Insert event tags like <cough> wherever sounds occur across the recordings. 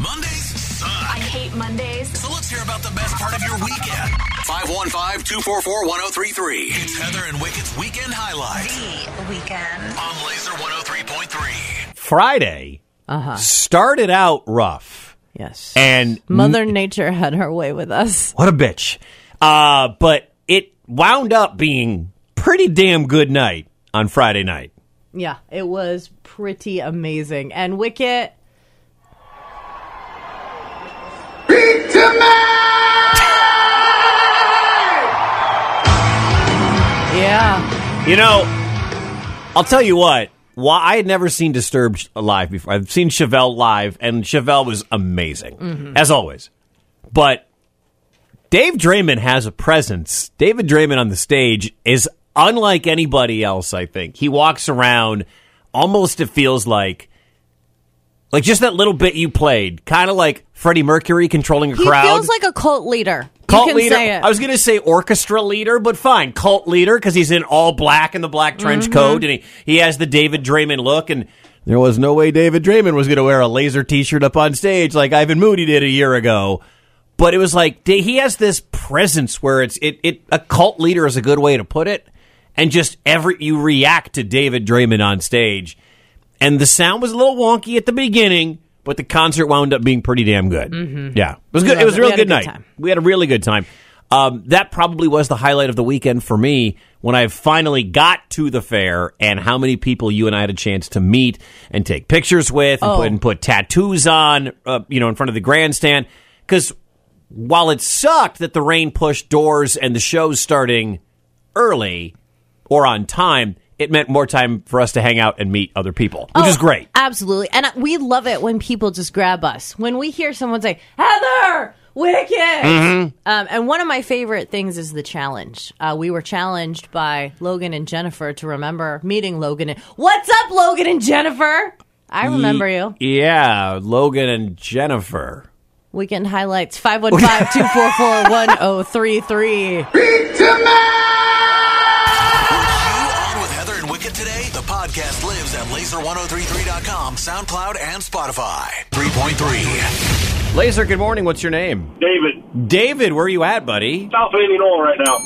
Mondays suck. I hate Mondays. So let's hear about the best part of your weekend. 515-244-1033. It's Heather and Wicket's weekend highlight The weekend. on Laser 103.3. Friday started out rough, Yes. and Mother Nature had her way with us. what a bitch. Uh, but it wound up being pretty damn good night on Friday night. Yeah, it was pretty amazing. And Wicket, yeah, You know, I'll tell you what. Why I had never seen Disturbed live before. I've seen Chevelle live, and Chevelle was amazing Mm-hmm. as always. But Dave Draymond has a presence. David Draymond on the stage is unlike anybody else. I think he walks around almost. It feels like. Like just that little bit you played, kind of like Freddie Mercury controlling a he crowd. feels like a cult leader. Cult you can leader. say it. I was gonna say orchestra leader, but fine, cult leader because he's in all black and the black Mm-hmm. trench coat, and he, he has the David Draymond look. And there was no way David Draymond was gonna wear a laser T-shirt up on stage like Ivan Moody did a year ago. But it was like da- he has this presence where it's it, it a cult leader is a good way to put it, and just every you react to David Draymond on stage, and the sound was a little wonky at the beginning. But the concert wound up being pretty damn good. Mm-hmm. Yeah, it was good. It loved was it. We a real had a good good night. time. We had a really good time. Um, that probably was the highlight of the weekend for me when I finally got to the fair and how many people you and I had a chance to meet and take pictures with and, Oh. put, and put tattoos on, uh, you know, in front of the grandstand. Because while it sucked that the rain pushed doors and the shows starting early or on time, it meant more time for us to hang out and meet other people, which is Oh, great. Absolutely. And uh, we love it when people just grab us. When we hear someone say, Heather, Wicked. Mm-hmm. Um, and one of my favorite things is the challenge. Uh, we were challenged by Logan and Jennifer to remember meeting Logan. And, What's up, Logan and Jennifer? I remember you. Yeah, Logan and Jennifer. Weekend highlights 515 244 1033. Were you on with Heather and Wicket today? The podcast lives at laser1033.com, SoundCloud, and Spotify. 3.3. Laser, good morning. What's your name? David, David, where are you at, buddy? South of Indianola right now.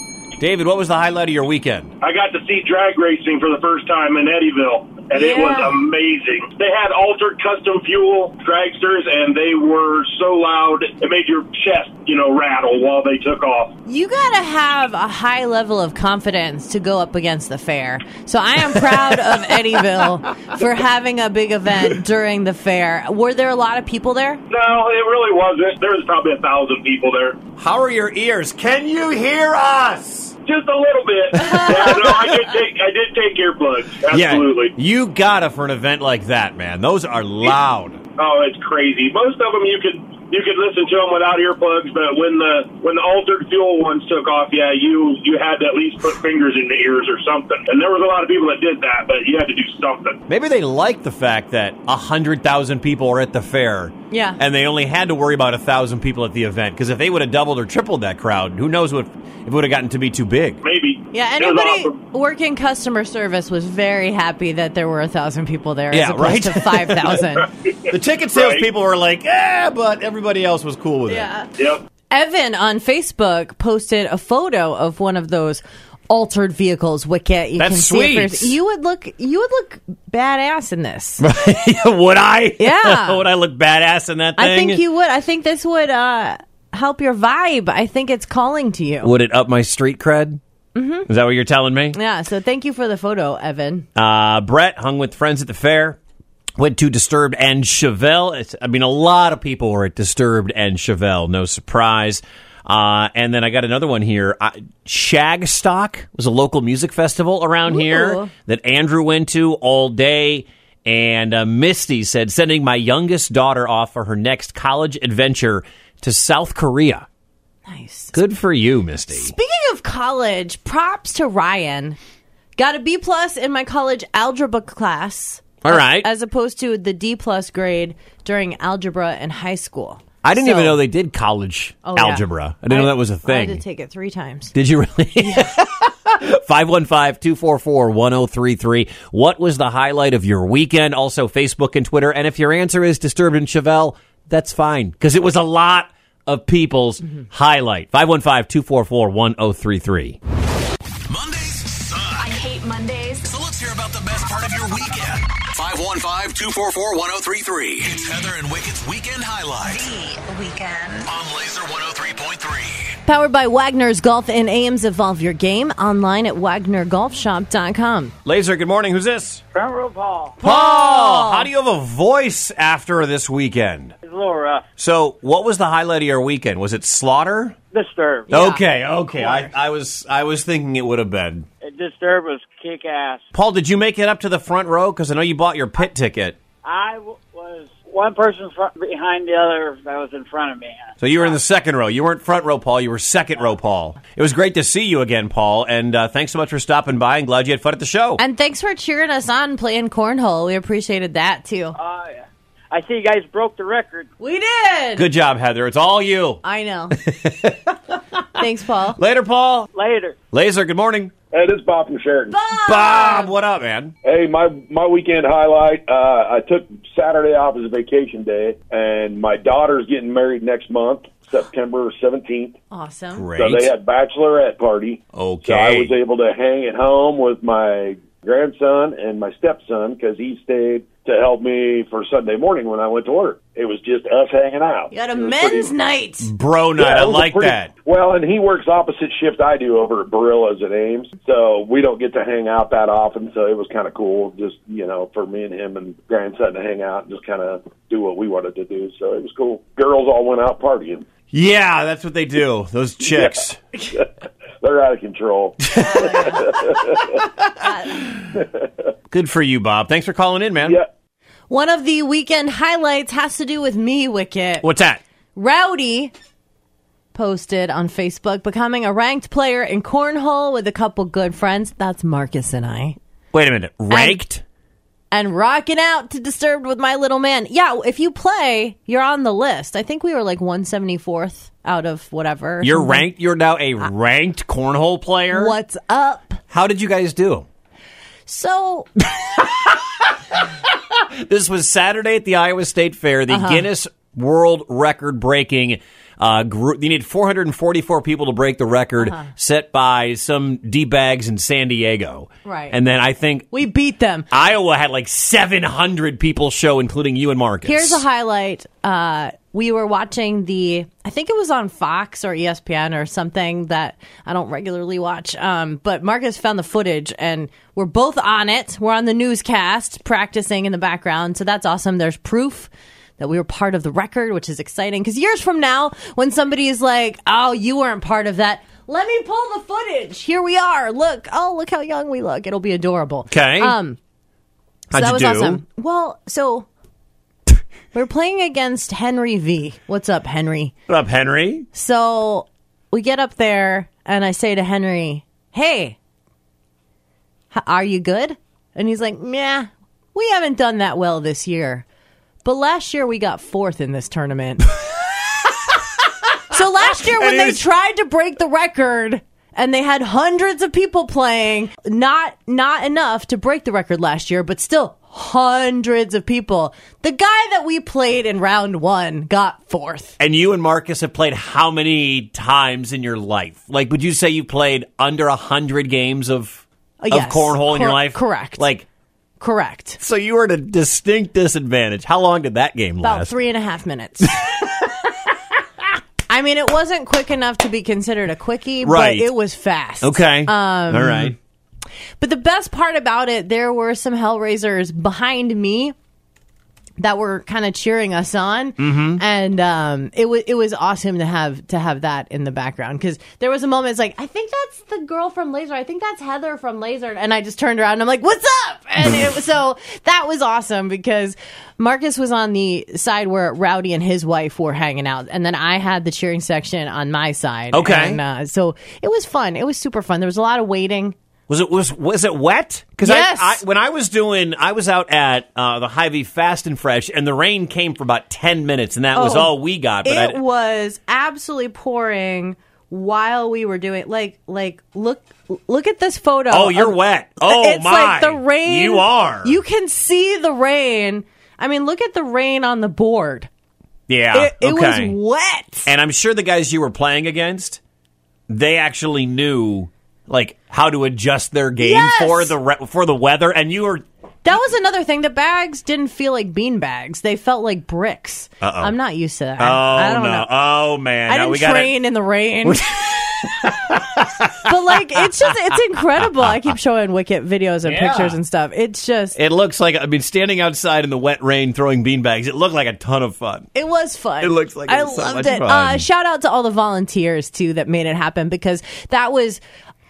David, what was the highlight of your weekend? I got to see drag racing for the first time in Eddyville, and it Yeah. was amazing. They had altered custom fuel dragsters, and they were so loud it made your chest, you know, rattle while they took off. You gotta have a high level of confidence to go up against the fair. So I am proud <laughs> of Eddyville for having a big event during the fair. Were there a lot of people there? No, it really wasn't. There was probably a thousand people there, How are your ears? Can you hear us? just a little bit. yeah, no, I did take I did take earplugs. Absolutely. Yeah, you gotta for an event like that, man. Those are loud. Oh, it's crazy. Most of them you could you could listen to them without earplugs, but when the when the altered fuel ones took off, yeah, you you had to at least put fingers in the ears or something. And there was a lot of people that did that, but you had to do something. Maybe they like the fact that a hundred thousand people are at the fair. Yeah. and they only had to worry about a thousand people at the event because if they would have doubled or tripled that crowd, who knows what if it would have gotten to be too big. Maybe. Yeah, It was anybody awesome. working customer service was very happy that there were a thousand people there Yeah, as opposed right. to five <laughs> thousand. The ticket sales people were like, "Yeah," but everybody else was cool with it. yeah. Yep. Evan on Facebook posted a photo of one of those altered vehicles. Wicket, you That's can sweet. see it first. You would look, you would look badass in <laughs> this. <laughs> would I? Yeah. <laughs> would I look badass in that thing? I think you would. I think this would uh, help your vibe. I think it's calling to you. Would it up my street cred? Mm-hmm. Is that what you're telling me? Yeah. So thank you for the photo, Evan. Uh, Brett hung with friends at the fair. Went to Disturbed and Chevelle. It's, I mean, a lot of people were at Disturbed and Chevelle. No surprise. Uh, and then I got another one here. Uh, Shagstock was a local music festival around here Ooh. that Andrew went to all day. And uh, Misty said, sending my youngest daughter off for her next college adventure to South Korea. Nice. Good for you, Misty. Speaking of college, props to Ryan. Got a B plus in my college algebra class. All right. As opposed to the D plus grade during algebra in high school. I didn't So- even know they did college Oh, yeah. algebra. I didn't know that was a I thing. had to take it three times. Did you <laughs> really? <laughs> 515 244 1033. What was the highlight of your weekend? Also, Facebook and Twitter. And if your answer is Disturbed and Chevelle, that's fine because it was a lot of people's Mm-hmm. highlight. 515 244 1033. Mondays I suck. hate Mondays. So let's hear about the best part of your weekend. 515 244 1033. It's Heather and Wicket's weekend highlight The weekend. on Laser 103.3. Powered by Wagner's Golf and Ames Evolve Your Game online at WagnerGolfShop.com. Laser, good morning. Who's this? Front row Paul Paul! How do you have a voice after this weekend? is a little rough. So, what was the highlight of your weekend? Was it Slaughter? Disturbed. Okay, okay. I, I was I was thinking it would have been. Disturbed was kick ass. Paul, did you make it up to the front row? Because I know you bought your pit ticket. I w- was one person front, behind the other that was in front of me. So you were in the second row. You weren't front row, Paul. You were second row, Paul. It was great to see you again, Paul. And uh, thanks so much for stopping by. And glad you had fun at the show. And thanks for cheering us on playing cornhole. We appreciated that too. Oh, yeah. I see you guys broke the record. We did. Good job, Heather. It's all you. I <laughs> know. thanks, Paul. Later, Paul. Later. Laser, good morning. Hey, this is Bob from Sheridan. Bob, what up, man? Hey, my my weekend highlight. Uh, I took Saturday off as a vacation day, and my daughter's getting married next month, September seventeenth. Awesome. So they had bachelorette party. Okay. So I was able to hang at home with my grandson and my stepson because he stayed to help me for Sunday morning when I went to work. It was just us hanging out. You got a It was men's pretty- night. Bro nut. Yeah, I it was a like pretty- that. Well, and he works opposite shift I do over at Barillas at Ames, so we don't get to hang out that often. So it was kind of cool, just you know, for me and him and grandson to hang out and just kind of do what we wanted to do. So it was cool. Girls all went out partying. Yeah, that's what they do. Those chicks. They're out <laughs> of control. Good for you, Bob. Thanks for calling in, man. yeah. One of the weekend highlights has to do with me, Wicket. What's that? Rowdy posted on Facebook becoming a ranked player in cornhole with a couple good friends. That's Marcus and I. Wait a minute. Ranked? And rocking out to Disturbed with my little man. Yeah, if you play, you're on the list. I think we were like 174th out of whatever. You're ranked. You're now a Uh, ranked cornhole player. What's up? How did you guys do? So This was Saturday at the Iowa State Fair. The Uh-huh. Guinness World Record breaking uh, group. They need 444 people to break the record Uh-huh. set by some d bags in San Diego. Right. And then I think we beat them. Iowa had like 700 people show, including you and Marcus. Here's a highlight. Uh, we were watching the, I think it was on Fox or E ESPN or something that I don't regularly watch. Um, but Marcus found the footage and we're both on it. We're on the newscast practicing in the background. So that's awesome. There's proof that we were part of the record, which is exciting. Because years from now, when somebody is like, oh, you weren't part of that. Let me pull the footage. Here we are. Look. Oh, look how young we look. It'll be adorable. Okay. Um, How'd that was you do? awesome. Well, so <laughs> we're playing against Henry V. What's up, Henry? What up, Henry? So we get up there, and I say to Henry, "Hey, h- are you good?" And he's like, "Nah, we haven't done that well this year, but last year we got fourth in this tournament." so last year when And they he's- tried to break the record. And they had hundreds of people playing, not not enough to break the record last year, but still hundreds of people. The guy that we played in round one got fourth. And you and Marcus have played how many times in your life? Like, would you say you played under a hundred games of Uh, of yes. cornhole in your Cor- life? correct. Like, Correct. so you were at a distinct disadvantage. How long did that game About last? three and a half minutes. <laughs> I mean, it wasn't quick enough to be considered a quickie, Right. but it was fast. Um, Okay. All right. But the best part about it, there were some Hellraisers behind me that were kind of cheering us on, and um, it was it was awesome to have to have that in the background because there was a moment. It's like I think that's the girl from Laser. I think that's Heather from Laser, and I just turned around and I'm like, "What's up?" And it, was- so that was awesome because Marcus was on the side where Rowdy and his wife were hanging out, and then I had the cheering section on my side. Okay. and, uh, so it was fun. It was super fun. There was a lot of waiting. Was it was was it wet? Because Yes. I, I when I was doing I was out at uh, the Hy-Vee Fast and Fresh, and the rain came for about ten minutes, and that was Oh. all we got. But I, it was absolutely pouring while we were doing like like look look at this photo Oh, you're of- wet. Oh it's my! like the rain You are. you can see the rain i mean look at the rain on the board Yeah. It, it Ah, okay. was wet. and I'm sure the guys you were playing against, they actually knew like how to adjust their game Yes! for the re- for the weather, and you were That was another thing. The bags didn't feel like bean bags; they felt like bricks. Uh-oh. I'm not used to that. oh I no, don't know. oh man, I now didn't we gotta- train in the rain. <laughs> but like, it's just it's incredible. I <laughs> keep showing Wicket videos and Yeah. pictures and stuff. It's just It looks like I mean, standing outside in the wet rain throwing beanbags. It looked like a ton of fun. It was fun. It looks like it I was so loved much it. fun. Uh, shout out to all the volunteers too that made it happen because that was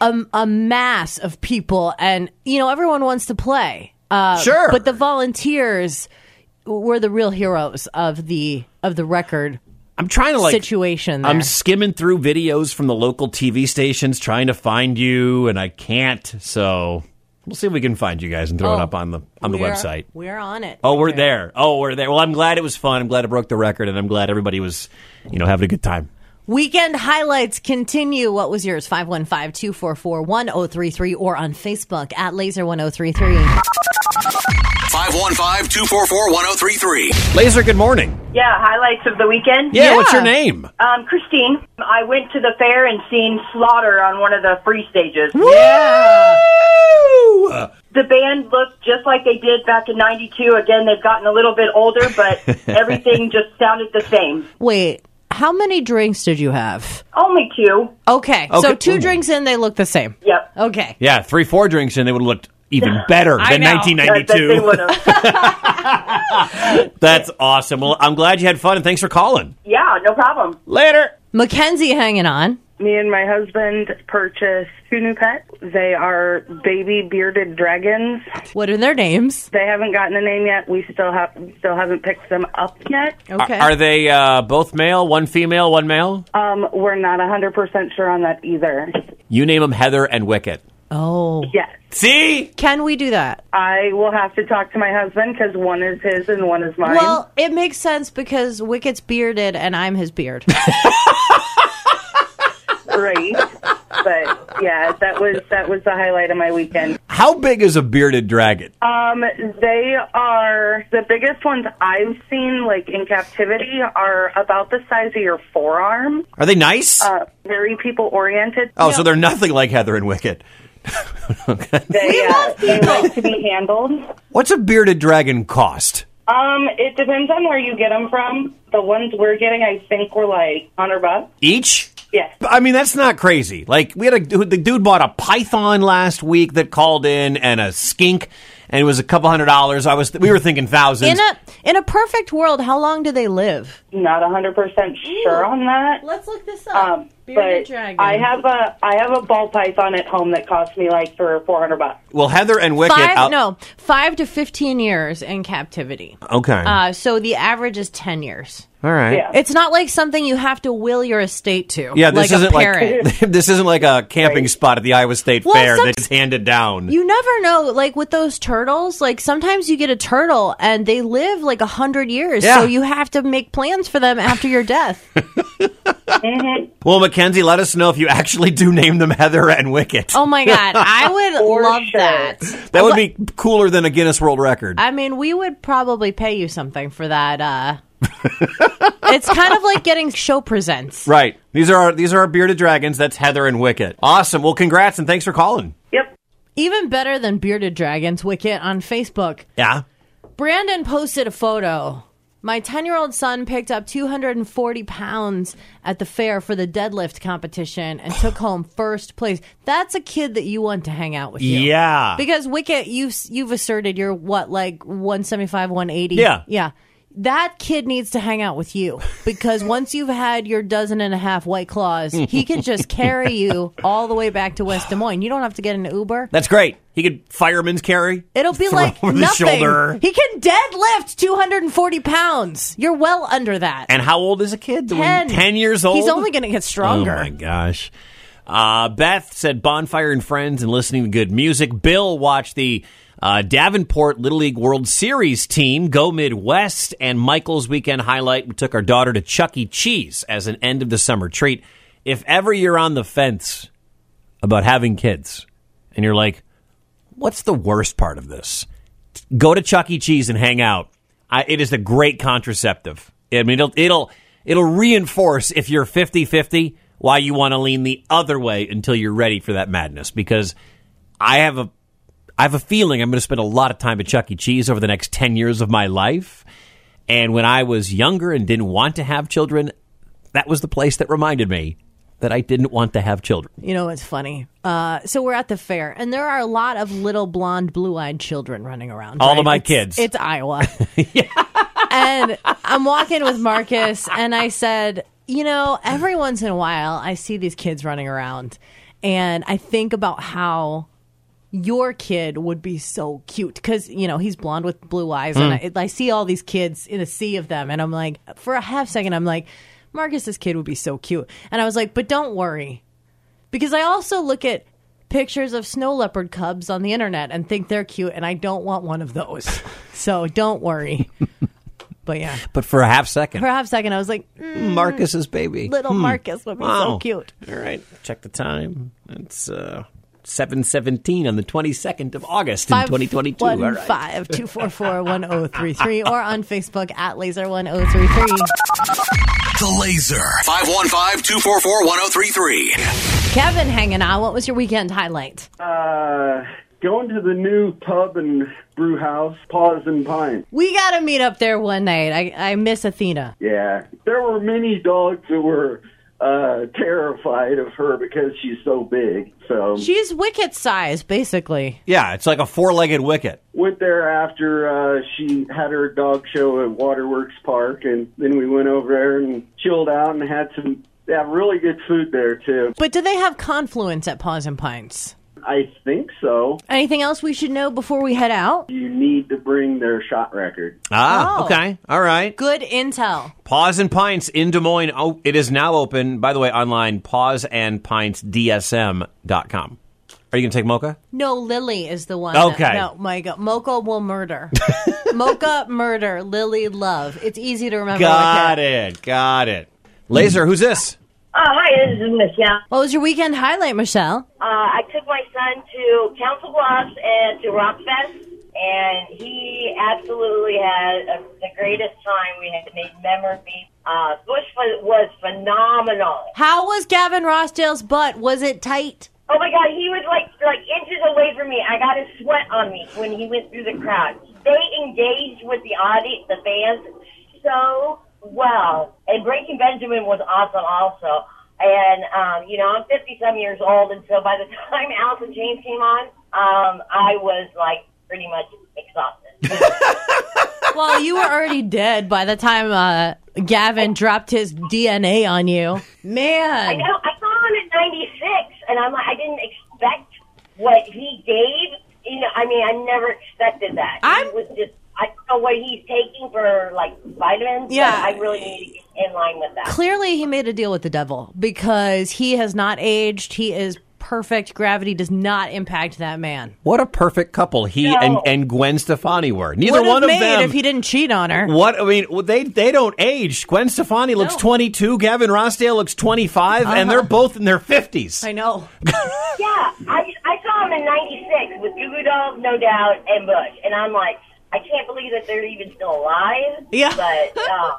a, a mass of people, and you know everyone wants to play. Uh, Sure. but the volunteers were the real heroes of the of the record I'm trying to like situation. There. I'm skimming through videos from the local TV stations trying to find you, and I can't. So we'll see if we can find you guys and throw it Oh, up on the on the We're- website. We're on it. Oh, we're there. Oh, we're there. Well, I'm glad it was fun. I'm glad it broke the record, and I'm glad everybody was, you know, having a good time. Weekend highlights continue. What was yours? 515 244 1033 or on Facebook at Laser 1033. 515-244-1033. Laser, good morning. Yeah, highlights of the weekend. Yeah, Yeah. what's your name? Um, Christine, I went to the fair and seen Slaughter on one of the free stages. Yeah. The band looked just like they did back in 92. Again, they've gotten a little bit older, but everything just sounded the same. Wait, how many drinks did you have? Only two. Okay, so Okay. two Ooh. drinks in, they look the same. Yep. Okay. Yeah, three, four drinks, and they would have looked even <laughs> better than know. I bet they 1992. would have. <laughs> That's awesome. Well, I'm glad you had fun, and thanks for calling. <laughs> yeah, no problem. Later. Mackenzie hanging on. Me and my husband purchased two new pets. They are baby bearded dragons. What are their names? They haven't gotten a name yet. We still have still haven't picked them up yet. Okay. Are, are they uh, both male, one female, one male? Uh, Um, we're not hundred percent sure on that either. You name them Heather and Wicket. oh. Yes, See? Can we do that? I will have to talk to my husband because one is his and one is mine. <laughs> Well, it makes sense because Wicket's bearded and I'm his <laughs> beard. great. but yeah, that was that was the highlight of my weekend. How big is a bearded dragon? Uh, Um, they are the biggest ones I've seen, like in captivity, are about the size of your forearm. Are they nice? Uh, very people oriented. oh, so they're nothing like Heather and Wicket. They, uh, they like to be handled. What's a bearded dragon cost? Um, it depends on where you get them from. The ones we're getting, I think, were like hundred bucks. Each? Yes. I mean, that's not crazy. Like, we had a dude- the dude bought a python last week that called in and a skink, and it was a couple hundred dollars. I was we were thinking thousands. in a in a perfect world, how long do they live? Not hundred percent sure on that. Let's look this Um, but I have a I have a ball python at home that cost me like three or four hundred bucks. well, Heather and Wicket. five out- no five to fifteen years in captivity. Okay. Uh, so the average is ten years. All right. Yeah. It's not like something you have to will your estate to. Yeah, this like isn't a <laughs> parrot. like <laughs> this isn't like a camping spot at the Iowa State Well, Fair some- that's handed down. you never know. Like with those turtles, like sometimes you get a turtle and they live like a hundred years. Yeah. So you have to make plans for them after your death. <laughs> well, Mackenzie, let us know if you actually do name them Heather and Wicket. oh my god, I would For love sure. that. that would be cooler than a Guinness World Record. I mean, we would probably pay you something for that. <laughs> Uh, it's kind of like getting show presents. right. These are our these are our bearded dragons. That's Heather and Wicket. Awesome. Well, congrats and thanks for calling. Yep. Even better than Bearded Dragons Wicket on Facebook. Yeah. Brandon posted a photo. My 10 year old son picked up 240 pounds at the fair for the deadlift competition and <sighs> took home first place. That's a kid that you want to hang out with. You. Yeah. Because Wicket, you've, you've asserted you're what, like 175, 180? Yeah. Yeah. That kid needs to hang out with you <laughs> because once you've had your dozen and a half white claws, he can just carry <laughs> you all the way back to West Des Moines. You don't have to get an Uber. That's great. He could fireman's carry. It'll be <laughs> Throw like over the nothing. shoulder. He can deadlift 240 pounds. You're well under that. And how old is a kid? ten. Ten years old. He's only going to get stronger. Oh my gosh. Uh, Beth said bonfire and friends and listening to good music. Bill watched the uh, Davenport Little League World Series team go Midwest and Michael's weekend highlight. We took our daughter to Chuck E. Cheese as an end of the summer treat. If ever you're on the fence about having kids and you're like, what's the worst part of this? Go to Chuck E. Cheese and hang out. I, it is a great contraceptive. I mean, it'll it'll it'll reinforce if you're 50-50 why you want to lean the other way until you're ready for that madness. Because I have a I have a feeling I'm going to spend a lot of time at Chuck E. Cheese over the next ten years of my life. And when I was younger and didn't want to have children, that was the place that reminded me that I didn't want to have children. You know what's funny? Uh, so we're at the fair, and there are a lot of little blonde, blue-eyed children running around. All of right? my It's- kids. It's <laughs> Iowa. and I'm walking with Marcus, and I said, you know, every once in a while, I see these kids running around, and I think about how your kid would be so cute because you know he's blonde with blue eyes, and Hmm. I, I see all these kids in a sea of them, and I'm like, for a half second, I'm like, Marcus's kid would be so cute, and I was like, but don't worry, because I also look at pictures of snow leopard cubs on the internet and think they're cute, and I don't want one of those, <laughs> so don't worry. but yeah, But for a half second, for a half second, I was like, mm, Marcus's baby. Hmm. little Marcus would be Wow. so cute. All right, check the time. It's uh, seven seventeen on the twenty second of August in twenty twenty two. All one right. five two <laughs> four four one zero three three or on Facebook at laser one zero three three. The Laser. 515-244-1033. Kevin, hanging out. What was your weekend highlight? Uh, going to the new pub and brew house, Paws and Pines. We got to meet up there one night. I, I miss Athena. Yeah, there were many dogs that were uh, terrified of her because she's so big. So She's wicket size, basically. Yeah, it's like a four legged wicket. went there after uh, she had her dog show at Waterworks Park, and then we went over there and chilled out and had some. They have really good food there too. But do they have confluence at Paws and Pines? I think so. Anything else we should know before we head out? You need to bring their shot record. Ah, Oh. okay, all right. Good intel. Paws and Pints in Des Moines. Oh, it is now open. By the way, online pausandpintsdsm.com. Are you gonna take mocha? No, Lily is the one. Okay. That, no, my God. Mocha will murder. <laughs> Mocha murder. Lily love. It's easy to remember. like Got that. it, got it. Laser, who's this? Oh, hi, this is Michelle. What was your weekend highlight, Michelle? Uh, I took my son to Council Bluffs and to Rock Fest, and he absolutely had a, the greatest time. We had made memories. Uh, Bush was, was phenomenal. How was Gavin Rossdale's butt? Was it tight? Oh my god, he was like like inches away from me. I got a sweat on me when he went through the crowd. They engaged with the audience, the fans, so well. And Breaking Benjamin was awesome, also. And um, you know, I'm 50 some years old, and so by the <laughs> time Allison James came on, um, I was like pretty much exhausted. Well, you were already dead by the time uh, Gavin dropped his DNA on you. Man. you know, I saw him at 96, and I'm like, I didn't expect what he gave. You know, I mean, I never expected that. I'm- it was just, I don't know what he's taking for like vitamins. Yeah. but I really need to get in line with that. Clearly, he made a deal with the devil because he has not aged. He is perfect. Gravity does not impact that man. What a perfect couple he and, and Gwen Stefani were. Neither Would have one of made them. if he didn't cheat on her. What I mean, well, they they don't age. Gwen Stefani looks No. Uh-huh. 22, Gavin Rossdale looks 25, and they're both in their 50s. I know. Yeah, I, I saw him in 96 with Goo Goo Dolls, No Doubt, and Bush. And I'm like, I can't believe that they're even still alive. Yeah. But, uh,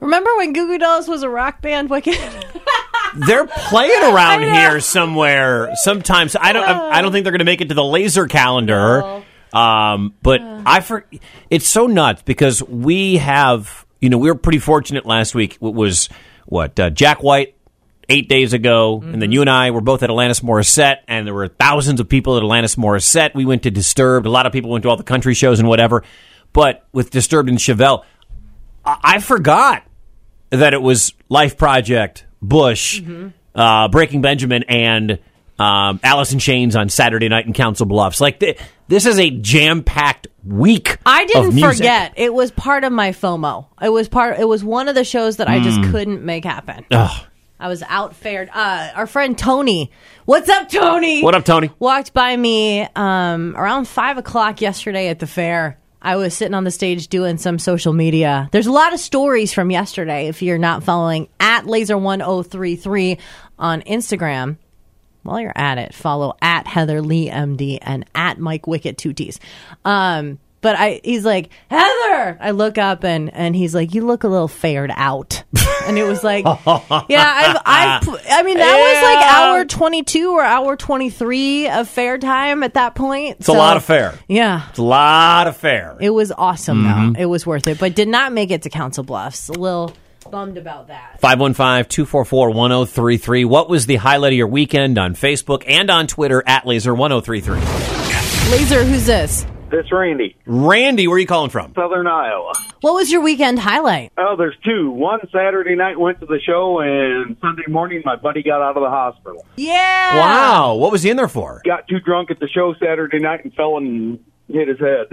Remember when Goo Goo Dolls was a rock band? Wicked. <laughs> They're playing around I know. here somewhere. Sometimes I don't I, I don't think they're going to make it to the laser calendar. Um, but I for it's so nuts because we have you know we were pretty fortunate last week. It was what uh, Jack White eight days ago, and Mm-hmm. then you and I were both at Alanis Morissette, and there were thousands of people at Alanis Morissette. We went to Disturbed. A lot of people went to all the country shows and whatever. But with Disturbed and Chevelle, I, I forgot that it was Life Project, Bush, Mm-hmm. uh, Breaking Benjamin, and um, Alice in Chains on Saturday night in Council Bluffs. Like th- this is a jam-packed week. I of didn't music. forget. It was part of my FOMO. It was part. It was one of the shows that I just Hmm. couldn't make happen. Ugh. I was out fared. Uh, our friend Tony, what's up, Tony? What up, Tony? Walked by me um, around five o'clock yesterday at the fair. I was sitting on the stage doing some social media. There's a lot of stories from yesterday. If you're not following at laser1033 on Instagram, while you're at it, follow at Heather Lee MD and at Mike Wicket Two T's. Um, But I, he's like Heather. I look up and and he's like, you look a little fared <laughs> out. and it was like, yeah, I've, I've, pl- I mean, that was like Yeah. hour twenty two or hour twenty three of fair time at that point. It's a lot of fair. Yeah. It's a lot of fair. It was awesome Mhm. though. It was worth it, but did not make it to Council Bluffs. A little bummed about that. 515-244-1033. What was the highlight of your weekend on Facebook and on Twitter at Laser1033? Laser, who's this? This Randy. Randy, where are you calling from? Southern Iowa. What was your weekend highlight? Oh, there's two. One Saturday night went to the show, and Sunday morning my buddy got out of the hospital. Yeah. Wow. What was he in there for? Got too drunk at the show Saturday night and fell and hit his head.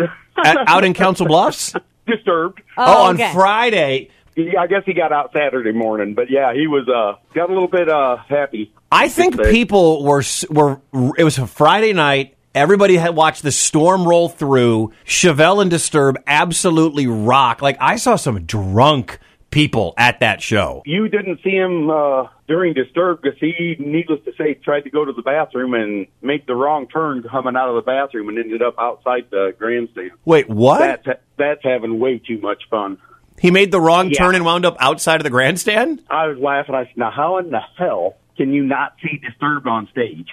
At- <laughs> out in Council <laughs> Bluffs? Disturbed. Oh, Oh, on okay. Friday. I guess he got out Saturday morning, but yeah, he was uh got a little bit uh happy. I think people were s- were it was a Friday night. Everybody had watched the storm roll through. Chevelle and Disturb absolutely rock. Like I saw some drunk people at that show. You didn't see him uh, during Disturbed because he, needless to say, tried to go to the bathroom and make the wrong turn coming out of the bathroom and ended up outside the grandstand. Wait, what? That's, that's having way too much fun. He made the wrong Yeah. turn and wound up outside of the grandstand. I was laughing. I said, now how in the hell can you not see Disturbed on stage?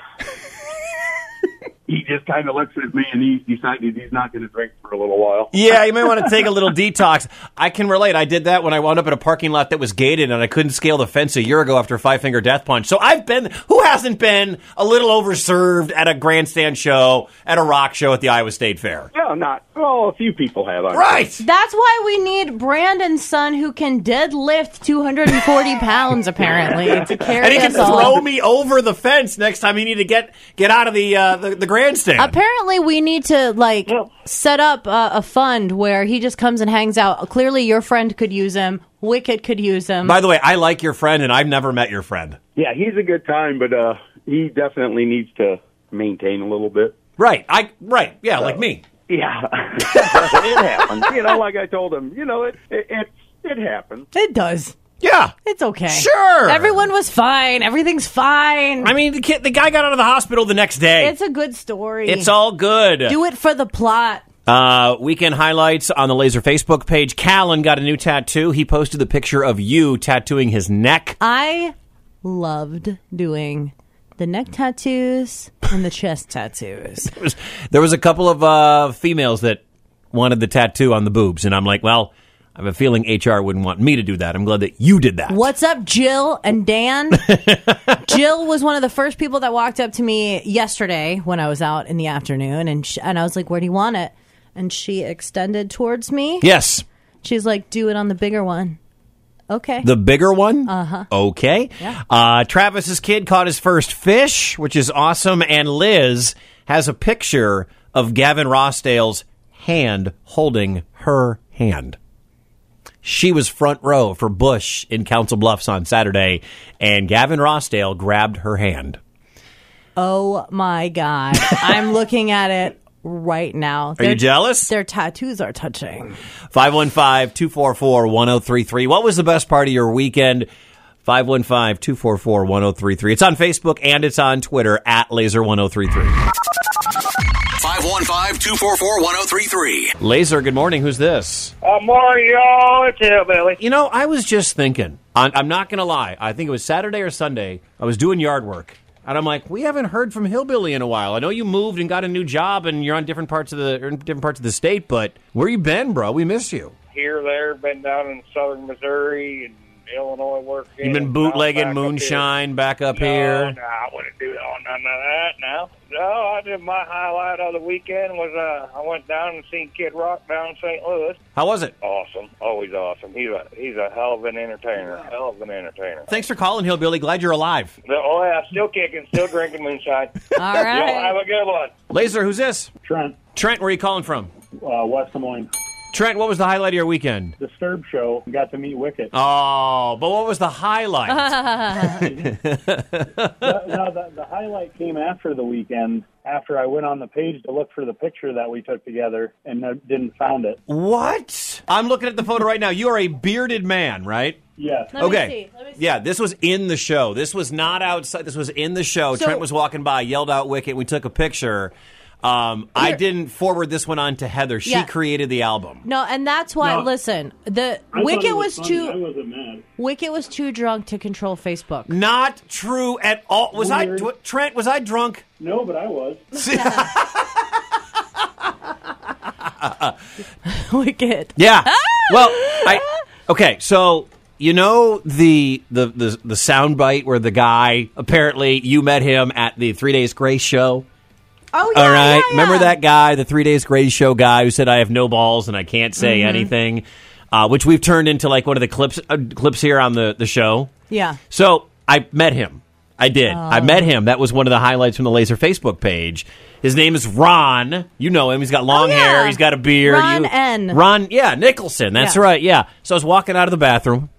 he just kind of looks at me and he decided he's not going to drink for a little while. Yeah, you may want to take a little detox. I can relate. I did that when I wound up at a parking lot that was gated and I couldn't scale the fence a year ago after Five Finger Death Punch. So I've been, who hasn't been a little overserved at a grandstand show, at a rock show at the Iowa State Fair? No, not. Oh, a few people have. I Right. That's why we need Brandon's son who can deadlift <laughs> 240 pounds apparently to carry and he can us all. throw me over the fence next time he need to get get out of the uh, the, the grandstand. Apparently, we need to like set up uh, a fund where he just comes and hangs out. Clearly, your friend could use him. Wicked could use him. By the way, I like your friend, and I've never met your friend. Yeah, he's a good time, but uh, he definitely needs to maintain a little bit. Right. I right. Yeah, like me. Yeah, <laughs> it happens. You know, like I told him, you know, it it it, it happens. It does. Yeah. It's okay. Sure. Everyone was fine. Everything's fine. I mean, the kid, the guy got out of the hospital the next day. it's a good story. It's all good. Do it for the plot. Uh, weekend highlights on the Laser Facebook page. Callan got a new tattoo. He posted the picture of you tattooing his neck. I loved doing the neck tattoos and the chest tattoos. There was, there was a couple of uh, females that wanted the tattoo on the boobs, and I'm like, well, I have a feeling HR wouldn't want me to do that. I'm glad that you did that. What's up, Jill and <laughs> Dan? Jill was one of the first people that walked up to me yesterday when I was out in the afternoon, and sh and I was like, "Where do you want it?" And she extended towards me. Yes, she's like, "Do it on the bigger one." Okay. the bigger one. Uh-huh. Okay. Yeah. Uh, Travis's kid caught his first fish, which is awesome. And Liz has a picture of Gavin Rossdale's hand holding her hand. She was front row for Bush in Council Bluffs on Saturday, and Gavin Rossdale grabbed her hand. Oh my god, I'm looking at it right now. Are you jealous? Their tattoos are <laughs> touching. 515 244 1033. What was the best part of your weekend? 515 244 1033. It's on Facebook and it's on Twitter at laser1033. 515-244-1033. Laser, good morning. Who's this? Uh, morning, y'all. It's Hillbilly. You know, I was just thinking, I- I'm not going to lie. I think it was Saturday or Sunday. I was doing yard work. And I'm like, we haven't heard from Hillbilly in a while. I know you moved and got a new job, and you're on different parts of the or in different parts of the state. But where you been, bro? We miss you. Here, there, been down in southern Missouri and Illinois working. You've been bootlegging moonshine back up here. No, I wouldn't do all none of that now. No, I did my highlight of the weekend was uh, I went down and seen Kid Rock down in St. Louis. How was it? Awesome, always awesome. He's a he's a hell of an entertainer, hell of an entertainer. Thanks for calling, Hillbilly. Glad you're alive. The- Oh yeah, still kicking, still drinking moonshine. All Y'all right. have a good one. Laser, who's this? Trent. Trent, where are you calling from? uh, West Des Moines. Trent, what was the highlight of your weekend? Disturb show. Got to meet Wicket. Oh, but what was the highlight? <laughs> no, the, the highlight came after the weekend. After I went on the page to look for the picture that we took together and uh, didn't found it. What? I'm looking at the photo right now. You are a bearded man, right? Yeah. Let me okay. see. Let me Yeah, this was in the show. This was not outside. This was in the show. So- Trent was walking by, yelled out "Wicket." We took a picture. Um, I didn't forward this one on to Heather. She Yeah. created the album. No, and that's why. No. Listen, the I thought Wicket it was, was funny. I too. wasn't mad. Wicket was too drunk to control Facebook. <laughs> Not true at all. Was Weird. I tw- Trent? Was I drunk? No, but I was. Wicked. Yeah. well, I okay. So you know the the the, the sound bite where the guy apparently you met him at the Three Days Grace show. Oh yeah, all right. Remember that guy, the Three Days Grace show guy, who said I have no balls and I can't say Mhm. anything, uh, which we've turned into like one of the clips uh, clips here on the the show. Yeah. So I met him. I did. I Oh. met him. That was one of the highlights from the Laser Facebook page. His name is Ron. You know him. He's got long hair. He's got a beard. Oh, Ron You- N. Ron, yeah, Nicholson. That's Yeah. right. Yeah. So I was walking out of the bathroom,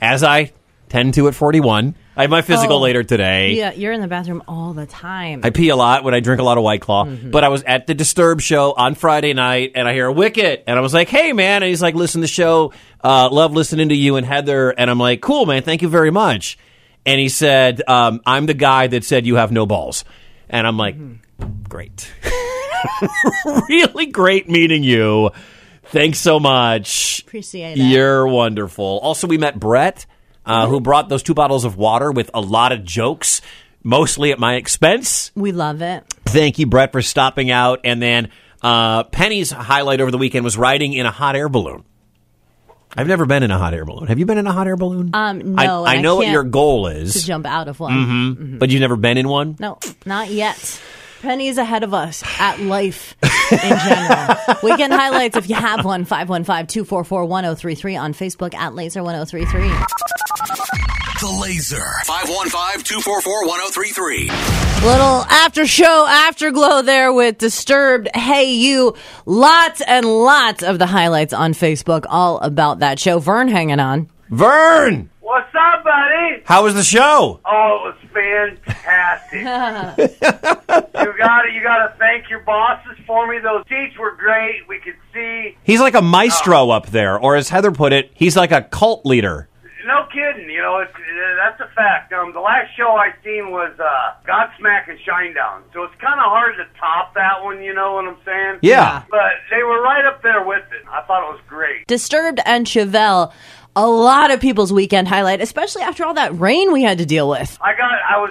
as I tend to at 41. I have my physical Oh. later today. Yeah, you're in the bathroom all the time. I pee a lot when I drink a lot of White Claw. But I was at the Disturb show on Friday night, and I hear Wicket, and I was like, "Hey, man!" And he's like, "Listen to the show. Uh, love listening to you and Heather." And I'm like, "Cool, man. Thank you very much." And he said, um, "I'm the guy that said you have no balls," and I'm like, "Great, <laughs> really great meeting you. Thanks so much. Appreciate it. You're wonderful. Also, we met Brett, uh, who brought those two bottles of water with a lot of jokes, mostly at my expense. We love it. Thank you, Brett, for stopping out. And then uh, Penny's highlight over the weekend was riding in a hot air balloon. I've never been in a hot air balloon. Have you been in a hot air balloon? Um, I- no, I and know what can't- your goal is. to jump out of one. Mhm. But you've never been in one? No, not yet. Penny's ahead of us at life in <laughs> general. Weekend highlights if you have one, 515 244 1033 on Facebook at laser1033. The Laser. 515-244-1033. Little after show afterglow there with Disturbed. Hey, you. Lots and lots of the highlights on Facebook all about that show. Vern hanging on. Vern! What's up, buddy? How was the show? Oh, it was fantastic. you got You got to thank your bosses for me. Those seats were great. We could see. He's like a maestro up there, or as Heather put it, he's like a cult leader. No kidding. You know, it's, uh, that's a fact. Um, the last show I seen was uh, Godsmack and Shinedown, so it's kind of hard to top that one. You know what I'm saying? Yeah. But they were right up there with it. I thought it was great. Disturbed and Chevelle, a lot of people's weekend highlight, especially after all that rain we had to deal with. I got I was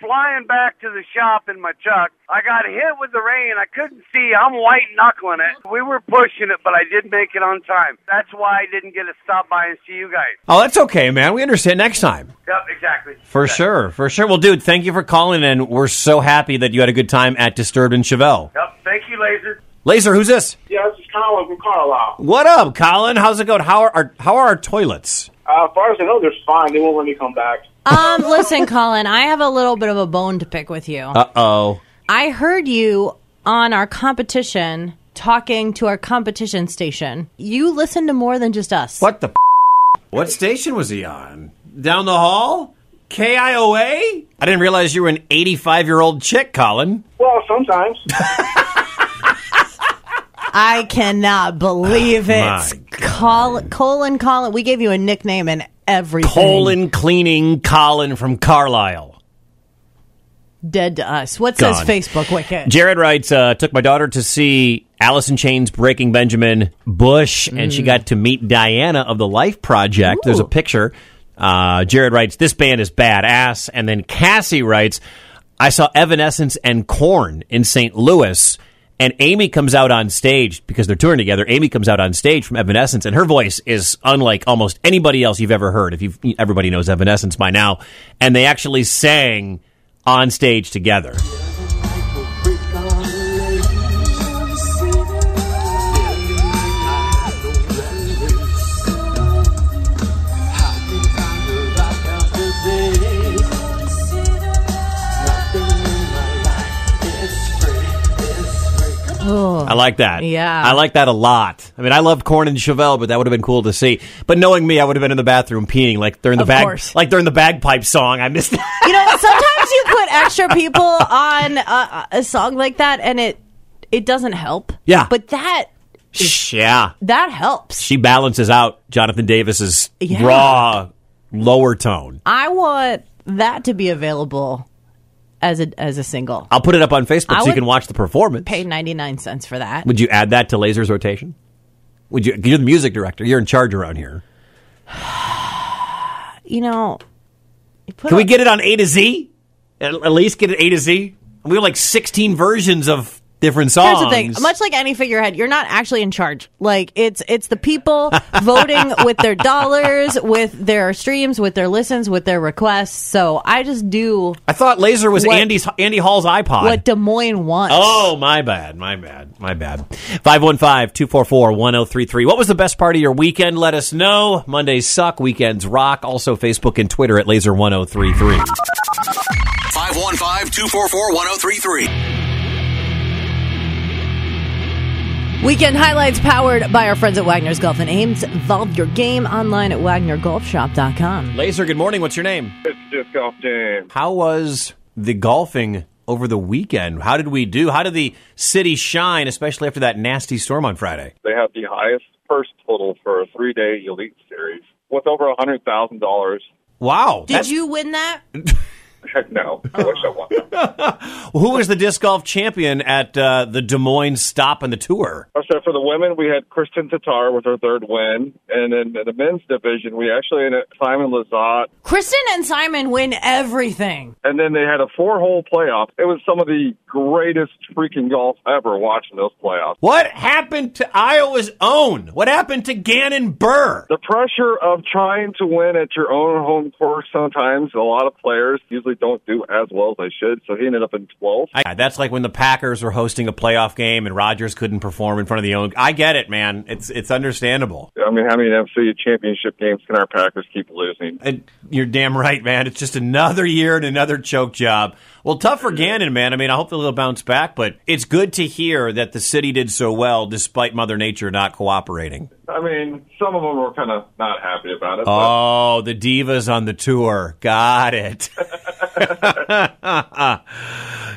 flying back to the shop in my truck. I got hit with the rain. I couldn't see. I'm white knuckling it. We were pushing it, but I did make it on time. That's why I didn't get to stop by and see you guys. Oh, that's okay, man. We understand next time. Yep, exactly. For sure, for sure. Well, dude, thank you for calling, and we're so happy that you had a good time at Disturbed and Chevelle. Yep. Thank you, Laser. Laser, who's this? Yeah, this is Colin from Carlisle. What up, Colin? How's it going? How are our, how are our toilets? Uh, as far as I know, they're fine. They won't let me come back. <laughs> Um, listen, Colin, I have a little bit of a bone to pick with you. Uh oh. I heard you on our competition talking to our competition station. You listen to more than just us. What the? What station was he on? Down the hall? KIOA? I didn't realize you were an 85 year old chick, Colin. Well, sometimes. I cannot believe My it. Call Colin, Colin. We gave you a nickname and everything. Colon cleaning Colin from Carlisle. dead to us. What Gone. says Facebook? Wicket. Jared writes, uh, took my daughter to see Allison Chains Breaking Benjamin Bush, and she got to meet Diana of the Life Project. There's a picture. Uh, Jared writes, this band is badass. And then Cassie writes, I saw Evanescence and Korn in St. Louis. And Amy comes out on stage because they're touring together. Amy comes out on stage from Evanescence, and her voice is unlike almost anybody else you've ever heard. If you have everybody knows Evanescence by now, and they actually sang on stage together. I like that. Yeah. I like that a lot. I mean, I love Corn and Chevelle, but that would have been cool to see. But knowing me, I would have been in the bathroom peeing like during the Of bag, course. like during the bagpipe song. I missed <laughs> that. you know, sometimes you put extra people on a, a song like that, and it it doesn't help. Yeah. but that yeah, that helps. she balances out Jonathan Davis's Yeah. raw lower tone. I want that to be available as a as a single. I'll put it up on Facebook I so you would can watch the performance. Pay ninety nine cents for that. Would you add that to Laser's rotation? Would you? You're the music director. You're in charge around here. You know, Can we get it on A to Z? At, at least get it A to Z. We have like 16 versions of different Here's songs. the thing. Much like any figurehead, you're not actually in charge. Like it's it's the <laughs> people voting with their dollars, with their streams, with their listens, with their requests. So I just do I thought Laser was What- Andy's Andy Hall's iPod. what Des Moines wants. Oh, my bad. My bad. My bad. 515 244 1033. What was the best part of your weekend? Let us know. Mondays suck, weekends rock. Also, Facebook and Twitter at laser1033. 515 244 1033. Weekend highlights powered by our friends at Wagner's Golf and Ames. Involve your game online at WagnerGolfShop.com. Laser, good morning. What's your name? It's Disc Golf Dan. How was the golfing over the weekend? How did we do? How did the city shine, especially after that nasty storm on Friday? They have the highest purse total for a three day elite series with over a hundred thousand dollars. Wow. Did you win that? Heck no. I wish I won. Who was the disc golf champion at uh, the Des Moines stop in the tour? So for the women, we had Kristen Tatar with her third win, and then in the men's division, we actually had Simon Lazat, Kristen and Simon win everything. and then they had a four-hole playoff. It was some of the greatest freaking golf ever watching those playoffs. What happened to Iowa's own? What happened to Gannon Burr? The pressure of trying to win at your own home course sometimes, a lot of players usually don't do as well as they should, so he ended up in 12th. I, that's like when the Packers were hosting a playoff game and Rodgers couldn't perform in front of the own. I get it, man. It's it's understandable. I mean, how many NFC championship games can our Packers keep losing? And you're damn right, man. It's just another year and another choke job. Well, tough for Gannon, man. I mean, I hope they'll bounce back, but it's good to hear that the city did so well despite Mother Nature not cooperating. I mean, some of them were kind of not happy about it. but- Oh, the divas on the tour. Got it. <laughs>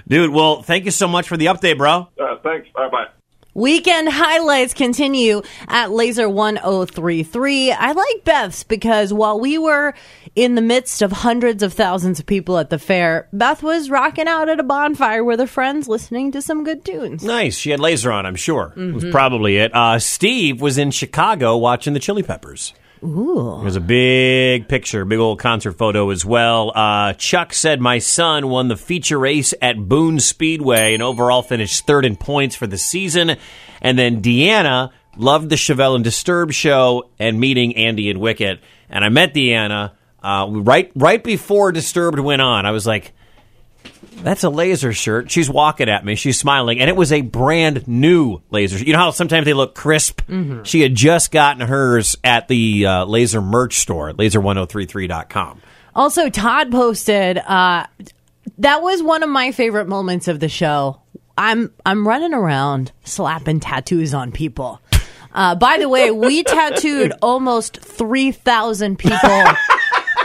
Dude, well, thank you so much for the update, bro. <laughs> Uh, thanks. Bye bye. Weekend highlights continue at Laser 1033. I like Beth's because while we were in the midst of hundreds of thousands of people at the fair, Beth was rocking out at a bonfire with her friends listening to some good tunes. Nice. She had laser on, I'm sure. Was Mhm. probably it. Uh, Steve was in Chicago watching the Chili Peppers. Ooh. There's a big picture, big old concert photo as well. Uh, Chuck said, My son won the feature race at Boone Speedway and overall finished third in points for the season. And then Deanna loved the Chevelle and Disturb show and meeting Andy and Wicket. And I met Deanna uh, right, right before Disturbed went on. I was like, that's a laser shirt. She's walking at me. She's smiling. And it was a brand new laser. You know how sometimes they look crisp? Mhm. She had just gotten hers at the uh, laser oh merch store at laser1033.com. Also, Todd posted uh, that was one of my favorite moments of the show. I'm I'm running around slapping tattoos on people. Uh, by the way, we tattooed almost three thousand people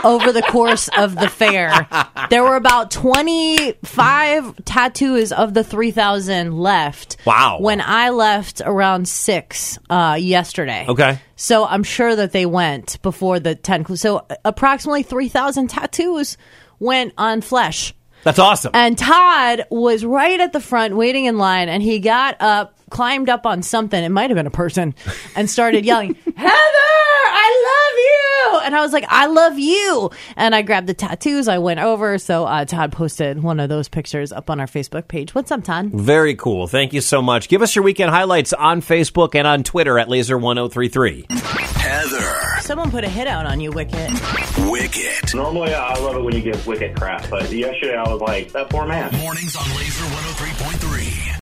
over the course of the fair. There were about twenty five tattoos of the three thousand left. Wow. When I left around six uh, yesterday. Okay. So I'm sure that they went before the 10. cl- So approximately 3,000 tattoos went on flesh. That's awesome. And Todd was right at the front waiting in line and he got up, climbed up on something. It might have been a person and started yelling, <laughs> Heather, I love you. And I was like, I love you. And I grabbed the tattoos. I went over. So uh, Todd posted one of those pictures up on our Facebook page. What's up, Todd? Very cool. Thank you so much. Give us your weekend highlights on Facebook and on Twitter at laser1033. Heather. Someone put a hit out on you, Wicket. Wicket. Normally, I love it when you give wicked crap, but yesterday I was like, that poor man. Mornings on Laser 103.3.